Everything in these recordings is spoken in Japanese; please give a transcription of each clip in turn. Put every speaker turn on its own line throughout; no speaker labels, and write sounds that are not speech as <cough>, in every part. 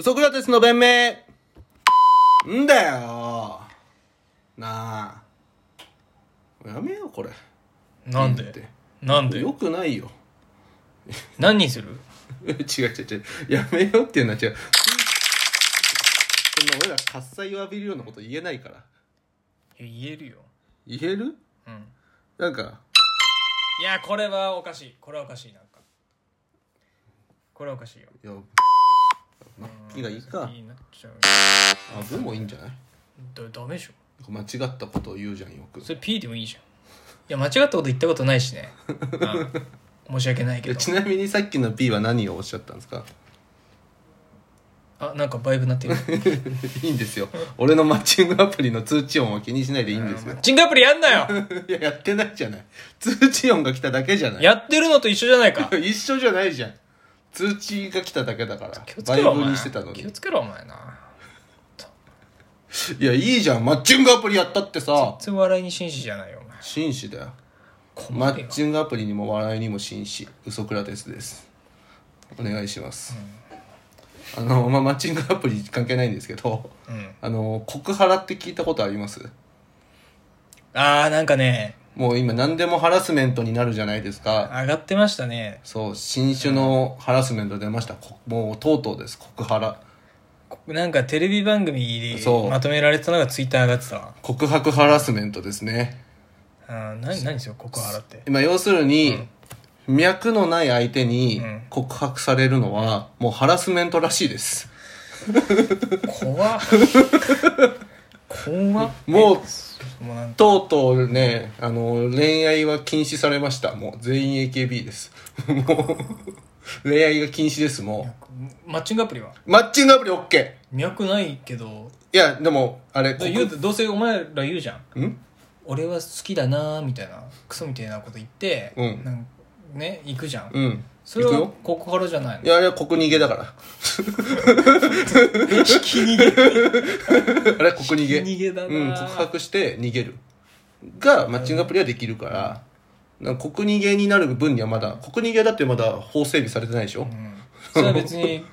ソクラテスの弁明んだよなあやめようこれ
な
う
ん
んっ
で
て
なんで
よくないよ <laughs>
何にする
違う違う違うやめようっていうのは違うそんな俺ら喝采を浴びるようなこと言えないから
いや言えるよ
言える
うん
なんか
いやこれはおかしいこれはおかしいなんかこれはおかしいよ
いやマッキーがいいか
いいなっちゃう
あブもいいんじゃない
だダメでしょ
間違ったことを言うじゃんよく
それ P でもいいじゃんいや間違ったこと言ったことない
<laughs>
しね、うん申し訳ないけ
え
ど
ちなみにさっきの P は何をおっしゃったんですか
あなんかバイブなってる
<laughs> いいんですよ俺のマッチングアプリの通知音は気にしないでいいんですよ
チングアプリやんなよ
いややってないじゃない通知音が来ただけじゃない
やってるのと一緒じゃないか
一緒じゃないじゃん通知が来ただけだから
気をつ
バ
け
イ
ろお
ブ
前
にしてたのに
気をつけろお前ない
やいいじゃんマッチングアプリやったってさ
普通笑いに紳士じゃないよお前
紳士だよマ
困る
ッ
よ
チングアプリにも笑いにも紳士ウソクラテスですお願いします、あのまあマッチングアプリ関係ないんですけど
うん
あの告ハラって聞いたことあります
あーなんかね
もう今何でもハラスメントになるじゃないですか
上がってましたね
そう新種のハラスメント出ましたこもうとうとうです告ハラ
こなんかテレビ番組で
そう
まとめられてたのがツイッター上がってたわ
告白ハラスメントですね
あー何何ですよ告白って
今要するに、脈のない相手に
うん
告白されるのはもうハラスメントらしいです
怖っ怖っ
<laughs> もう
えもうなんか
とうとうねあの恋愛は禁止されましたもう全員 AKB です <laughs> もう恋愛が禁止ですも
マッチングアプリは
うマッチングアプリ OK
脈ないけど
いやでもあれ
だ言うどうせお前ら言うじゃん
ん
俺は好きだなーみたいなクソみたいなこと言って、
うん
なんかね行くじゃん、
うん
それは
行くよ
ここからじゃない
い
の
やいや、ここ逃げだから。 <laughs>
引き逃げ
あれ、ここ逃げ。
<laughs> 引き逃げだな
うん、告白して逃げる。が、マッチングアプリはできるから、なんか国逃げになる分にはまだ、国逃げだってまだ法整備されてないでしょ
うんそれは別に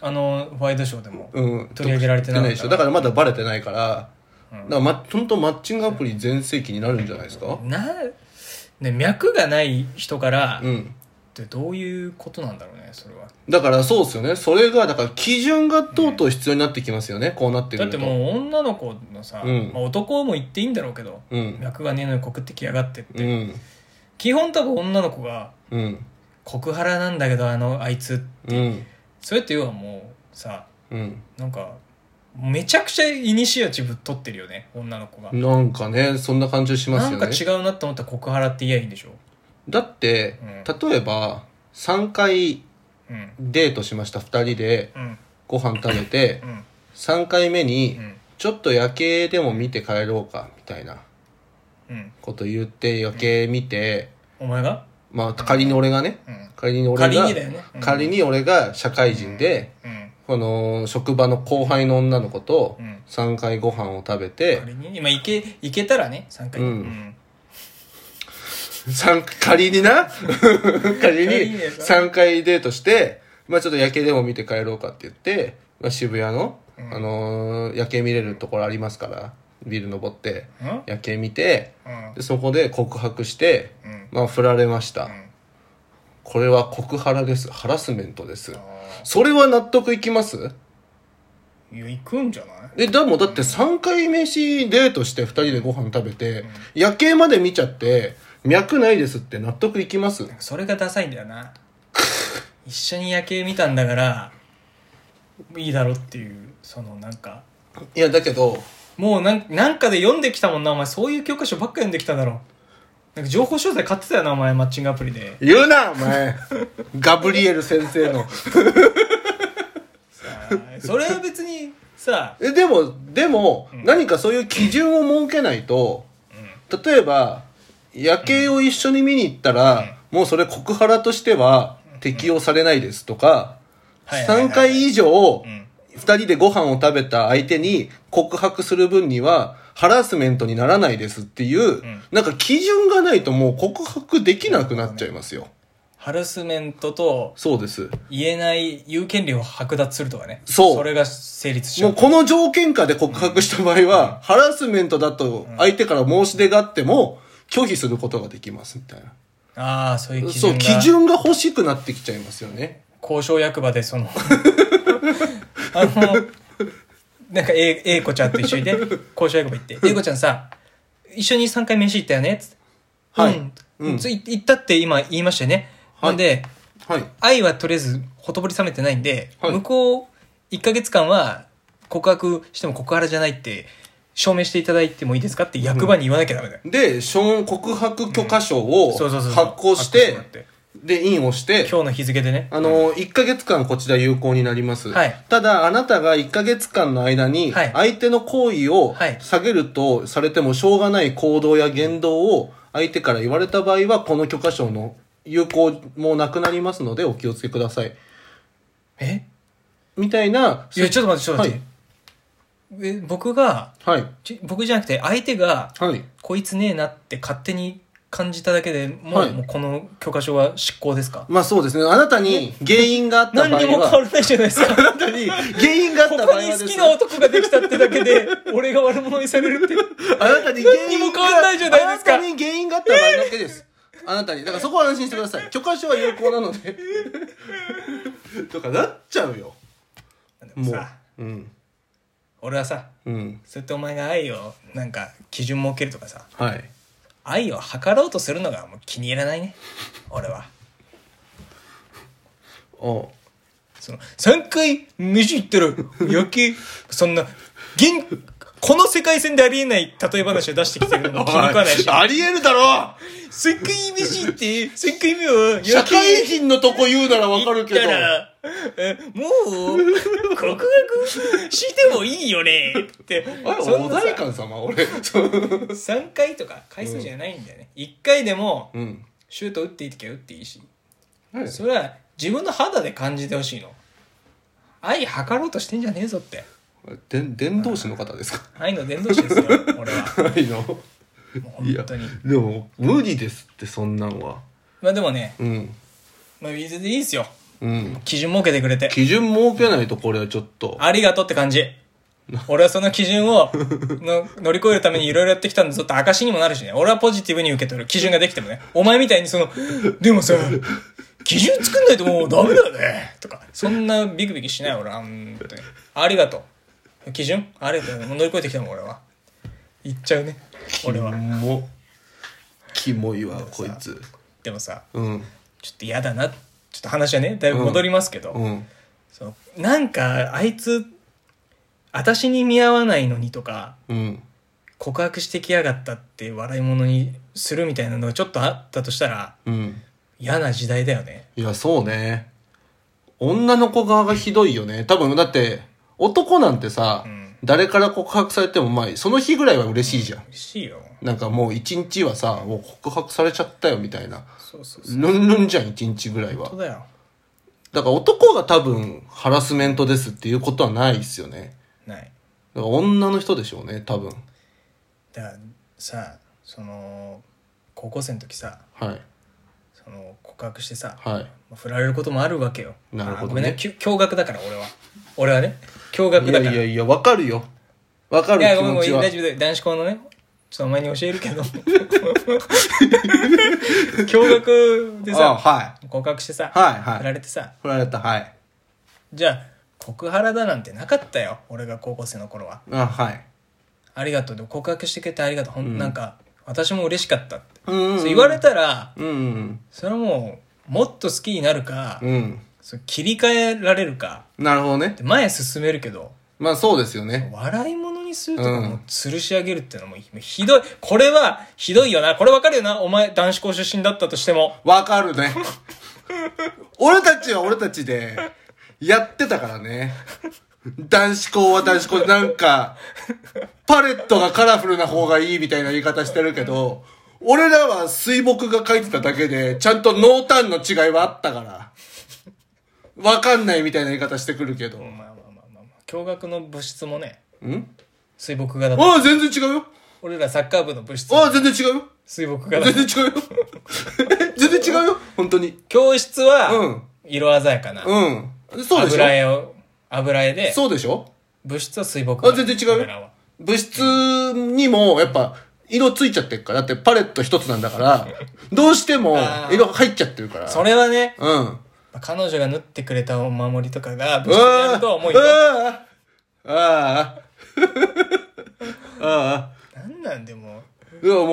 あのワイドショーでも
うん。
取り上げられてなかった
でしょだからまだバレてないから、
う
だ
ん
から、ま、本当マッチングアプリ全盛期になるんじゃないですか
な、ね、脈がない人から
う
っ
ん。
てどういうことなんだろうねそれは
だからそうですよね。それが、だから基準がとうとう必要になってきますよね。こうなってく
だっ
る
て
と。
もう女の子のさ、
うん
まあ、男も言っていいんだろうけど、
うん
脈がねえのに告ってきやがってって、
うん。
基本多分女の子が
うん。
「告腹なんだけどあのあいつ
うん。」
そうやって言うはもうさ
うん。
なんかめちゃくちゃイニシアチブ取ってるよね女の子が、
なんかね、そんな感じします
な
よ
ん
ね。
か違うなと思ったら告腹って言えばいいんでしょ
だって、例えば3回
うん
デートしました2人で
うん
ご飯食べて
うん
3回目に
うん
ちょっと夜景でも見て帰ろうかみたいな
うん
こと言って夜景見て、
お前が
まあ仮に俺がね
うん
仮に俺が
仮にだよね、うん、
仮に俺が社会人で、
うん
この職場の後輩の女の子と
うん
3回ご飯を食べて、
仮に今いけいけたらね3回
う
うんん
三仮にな仮
<laughs> 仮
に
にです
3回デートして、まあちょっと夜景でも見て帰ろうかって言って、まあ、渋谷の、
うん
あのー夜景見れるところありますから、ビル登って、
うんうん
夜景見て、
うん
でそこで告白して、
うん
まあ振られました。
ん
これは告ハラです。ハラスメントです
あ。ー
それは納得いきます
いや行くんじゃない
え、でもだって3回飯デートして2人でご飯食べて、夜景まで見ちゃって、脈ないですって納得いきます
それがダサいんだよな一緒に夜景見たんだからいいだろっていうそのなんか
いや、だけど、
もうなんなんかで読んできたもんなお前そういう教科書ばっか読んできただろなんか情報商材買ってたよなお前マッチングアプリで
言うな、お前。 <laughs> ガブリエル先生の。
さあそれは別にさ
え、でも、でも、何かそういう基準を設けないと、例えば、夜景を一緒に見に行ったら、もうそれ告ハラとしては適用されないですとか、
はいはいはい
3回以上
う、ん
2人でご飯を食べた相手に告白する分には、ハラスメントにならないですっていう、
ん
なんか基準がないともう告白できなくなっちゃいますよ。
ハラスメントと
そうです。
言えない言う権利を剥奪するとかね
そう
それが成立しちゃ
も
う
うこの条件下で告白した場合は、ハラスメントだと相手から申し出があっても、拒否することができますみたいな。
ああそういう基
そ
準
う、
が
基準が欲しくなってきちゃいますよね。
交渉役場でその <laughs> あのなんか A, A 子ちゃんと一緒にね交渉役場行って「A 子ちゃんさ一緒に3回飯行ったよね」っつって「
はい
うん
うん
つい行ったって今言いましたよね」
はい
なんで
はい。
愛はとりあえずほとぼり冷めてないんで、
はい
向こう1ヶ月間は告白しても告白じゃないって証明していただいてもいいですかって役場に言わなきゃダメだよ、
で、証告白許可証を
そうそうそう
発行し、
発行もらってて
で、印をして、
今日の日付でね
あの、1ヶ月間こちら有効になります。
はい
ただ、あなたが1ヶ月間の間に、
はい
相手の行為を
はい
下げるとされてもしょうがない行動や言動を相手から言われた場合は、この許可証の有効もなくなりますので、お気をつけください。
え
みたいな。
いやちょっと待ってちょっと待って、え僕が
はい。
ち僕じゃなくて相手が
はい。
こいつねえなって勝手に感じただけでもう,、
はい
もうこの許可証は執行ですか
まあそうですね。あなたに原因があった場合
何
は。
にも変わらないじゃな
<laughs>
いですか
あなたに原因があった
こ
場合
こ
は
に
です
好
ね
きな男ができたってだ
<laughs>
けで俺が悪者にされるって
あなたに原因
何にも変わんないじゃないですか
あなたに原因があった場合だけです。あなたに。だからそこは安心してください。許可証は有効なので。とかなっちゃうよ。
でも
も
さ
う。うん。
俺はさ
うん。
そうやってお前が愛をなんか基準設けるとかさ
はい。
愛を図ろうとするのがもう気に入らないね俺は
お
その3回飯行ったら野球そんな現この世界線でありえない例え話を出してきてるのも気に食わないし
ありえるだろ
3回飯行って3回目は野球
社会人のとこ言うならわかるけど
行っ。たらえもう告白してもいいよねって
あれ、
そ
お
んな
代
さ
官様俺。そう
3回とか回数じゃないんだよね、1回でも
うん。
シュート打っていい時は打っていいし
はい
それは自分の肌で感じてほしいの愛測ろうとしてんじゃねえぞって
で伝道師の方ですか <laughs>
愛の伝道師ですよ俺は
はいの。
もう本当に
でも、無理ですって、そんなんは。
まあでもね、
うん。
まあ、全然いいですよ
うん。
基準設けてくれて
基準設けないと、これはちょっと。
ありがとうって感じ俺はその基準をの乗り越えるためにいろいろやってきたんだぞって証にもなるしね俺はポジティブに受け取る基準ができてもねお前みたいにそのでもさ基準作んないともうダメだよねとかそんなビクビクしない俺は本当にありがとう基準ありがとうもう乗り越えてきたもん俺は言っちゃうね俺は
もキモいわこいつ
でもさ
うん
ちょっと嫌だなちょっと話はねだいぶ戻りますけど、
うん
そのなんかあいつ私に見合わないのにとか
うん
告白してきやがったって笑い物にするみたいなのがちょっとあったとしたら
うん
嫌な時代だよね
いやそうね女の子側がひどいよね多分だって男なんてさ、
ん
誰から告白されてもまあその日ぐらいは嬉しいじゃん、
嬉しいよ
なんかもう一日はさもう告白されちゃったよみたいな
そうそうそう
ルンルンじゃん一日ぐらいは
本当だよ
だから男が多分ハラスメントですっていうことはないっすよね
ない
だから女の人でしょうね多分
だからさその高校生の時さ
はい
その告白してさ、
はい
振られることもあるわけよ
なるほどね
あごめんねきゅ驚愕だから俺は俺はね驚愕
い
だ
や
から
いやいや、わかるよ。わかる
いや、
気
ごめんご
持
め
ち
ん、
は。
大丈夫だよ。男子校のね、ちょっとお前に教えるけど。 <laughs> 驚愕で
あ
さ、
はい。
告白してさ、
はいはい
振られてさ、
振られた、はい。
じゃあ、告原だなんてなかったよ。俺が高校生の頃は。
あはい。
ありがとう。でも告白してくれてありがとう。ほん、なんか、私も嬉しかったって。
うんうんうん
そう言われたら、
うん
それはもう、もっと好きになるか、
うん。うん。
そう切り替えられるか、
なるほどね
で。前進めるけど、
まあそうですよね。
笑い物にするとか
うん
もう吊るし上げるってのもひどいこれはひどいよなこれわかるよなお前男子校出身だったとしても
わかる
<laughs>
ね。俺たちは俺たちで、やってたからね。男子校は男子校で、なんか、パレットがカラフルな方がいいみたいな言い方してるけど、俺らは水墨が書いてただけで、ちゃんと濃淡の違いはあったから。わかんないみたいな言い方してくるけど。
まあまあまあまあ、まあ、驚愕の部室もね
ん
水墨画だった
ああ、全然違うよ。
俺らサッカー部の部室
ああ、全然違うよ。 <laughs>
水墨画だっ
全
た
然違うよ。え全然違うよ。本当に。
教室
う
は
ん、
色鮮やかな。
うん。そうでし
油
ょ
絵を、油絵で、
そうでしょ
物質は水墨
あ、全然違う
俺ら
よ
は。
物質にも、やっぱ、色ついちゃってるから。だってパレット一つなんだから、どうしても
あー
色入っちゃってるから。
それはね、
うん。
彼女が縫ってくれたお守りとかが、物質にあるとは思うよ。
ああああああ
なんなんで
<laughs>
もう。
いやもう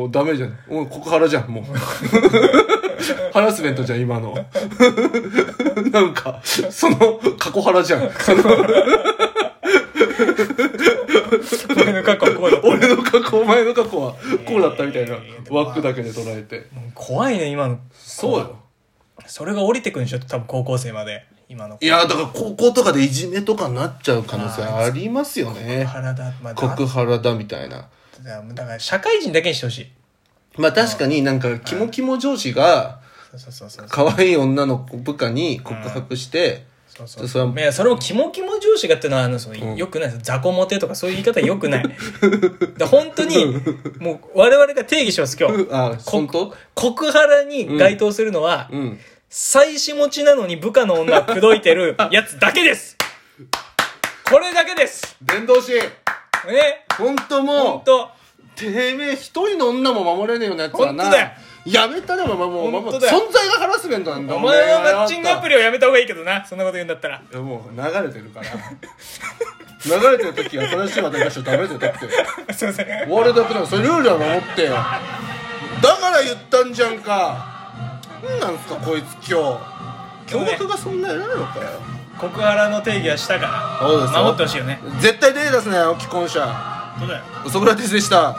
もうダメじゃんもうここ腹じゃんもう <laughs> ハラスメントじゃん今の <laughs> なんかその過去腹じゃん <laughs> その
俺の過去はこうだった
俺の過去お前の過去はこうだったみたいな
えー
枠だけで捉えて
もう怖いね、今の。
そうよ
それが降りてくんでしょ多分高校生まで。今の子。
いやだから高校とかでいじめとかになっちゃう可能性ありますよね
原田、まあ、だ
告腹だみたいな
だだから社会人だけにしてほしい。
まあ確かになんかキモキモ上司が
そうそうそうそう。
可愛い女の子部下に告白して、
そう
でそ
そ
れ
う
はい
やそれもキモキモ上司がっていうのはあのその、
ん
よくないです雑魚モテとかそういう言い方よく
<laughs>
ないで本当にもう我々が定義します今日
あ、
こ
<laughs> 本当
告原に該当するのは、
うん。
妻子持ちなのに部下の女を口説いて
<laughs>
るやつだけですこれだけです
伝道師
ね
本当も
本
う、
当
てめえ一人の女も守れねえようなやつはな。
本当だよ
やめたらばもう、もう
本
存
当
在
だよ
がハラスメントなんだ
お前はマッチングアプ
リ
リをやめた方がいいけどなそんなこと言うんだったら
もう流れてるから。流れてる時は正しい話題しちゃダメだよ。だって。
すいません
ワールドカップなんかそれルールは守ってよ。だから言ったんじゃんか。なんなんすかこいつ今日。
今日ね
驚愕がそんな偉いのかよ。
告原の定義はしたか
そうです
ら
よ
守ってほしいよね
絶対手出すなよ既婚者
そうだよ
ソクラテスでした